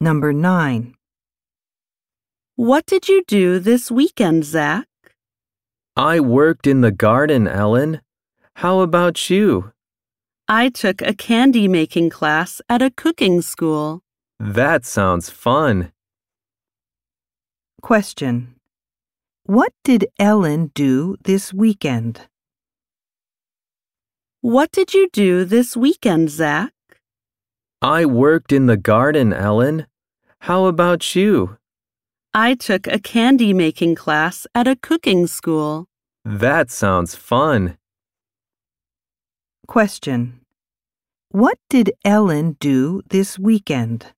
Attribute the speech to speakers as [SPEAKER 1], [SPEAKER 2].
[SPEAKER 1] Number 9.
[SPEAKER 2] What did you do this weekend, Zach?
[SPEAKER 3] I worked in the garden, Ellen. How about you?
[SPEAKER 2] I took a candy making class at a cooking school.
[SPEAKER 3] That sounds fun.
[SPEAKER 1] Question. What did Ellen do this weekend?
[SPEAKER 2] What did you do this weekend, Zach?
[SPEAKER 3] I worked in the garden, Ellen. How about you?
[SPEAKER 2] I took a candy making class at a cooking school.
[SPEAKER 3] That sounds fun.
[SPEAKER 1] Question. What did Ellen do this weekend?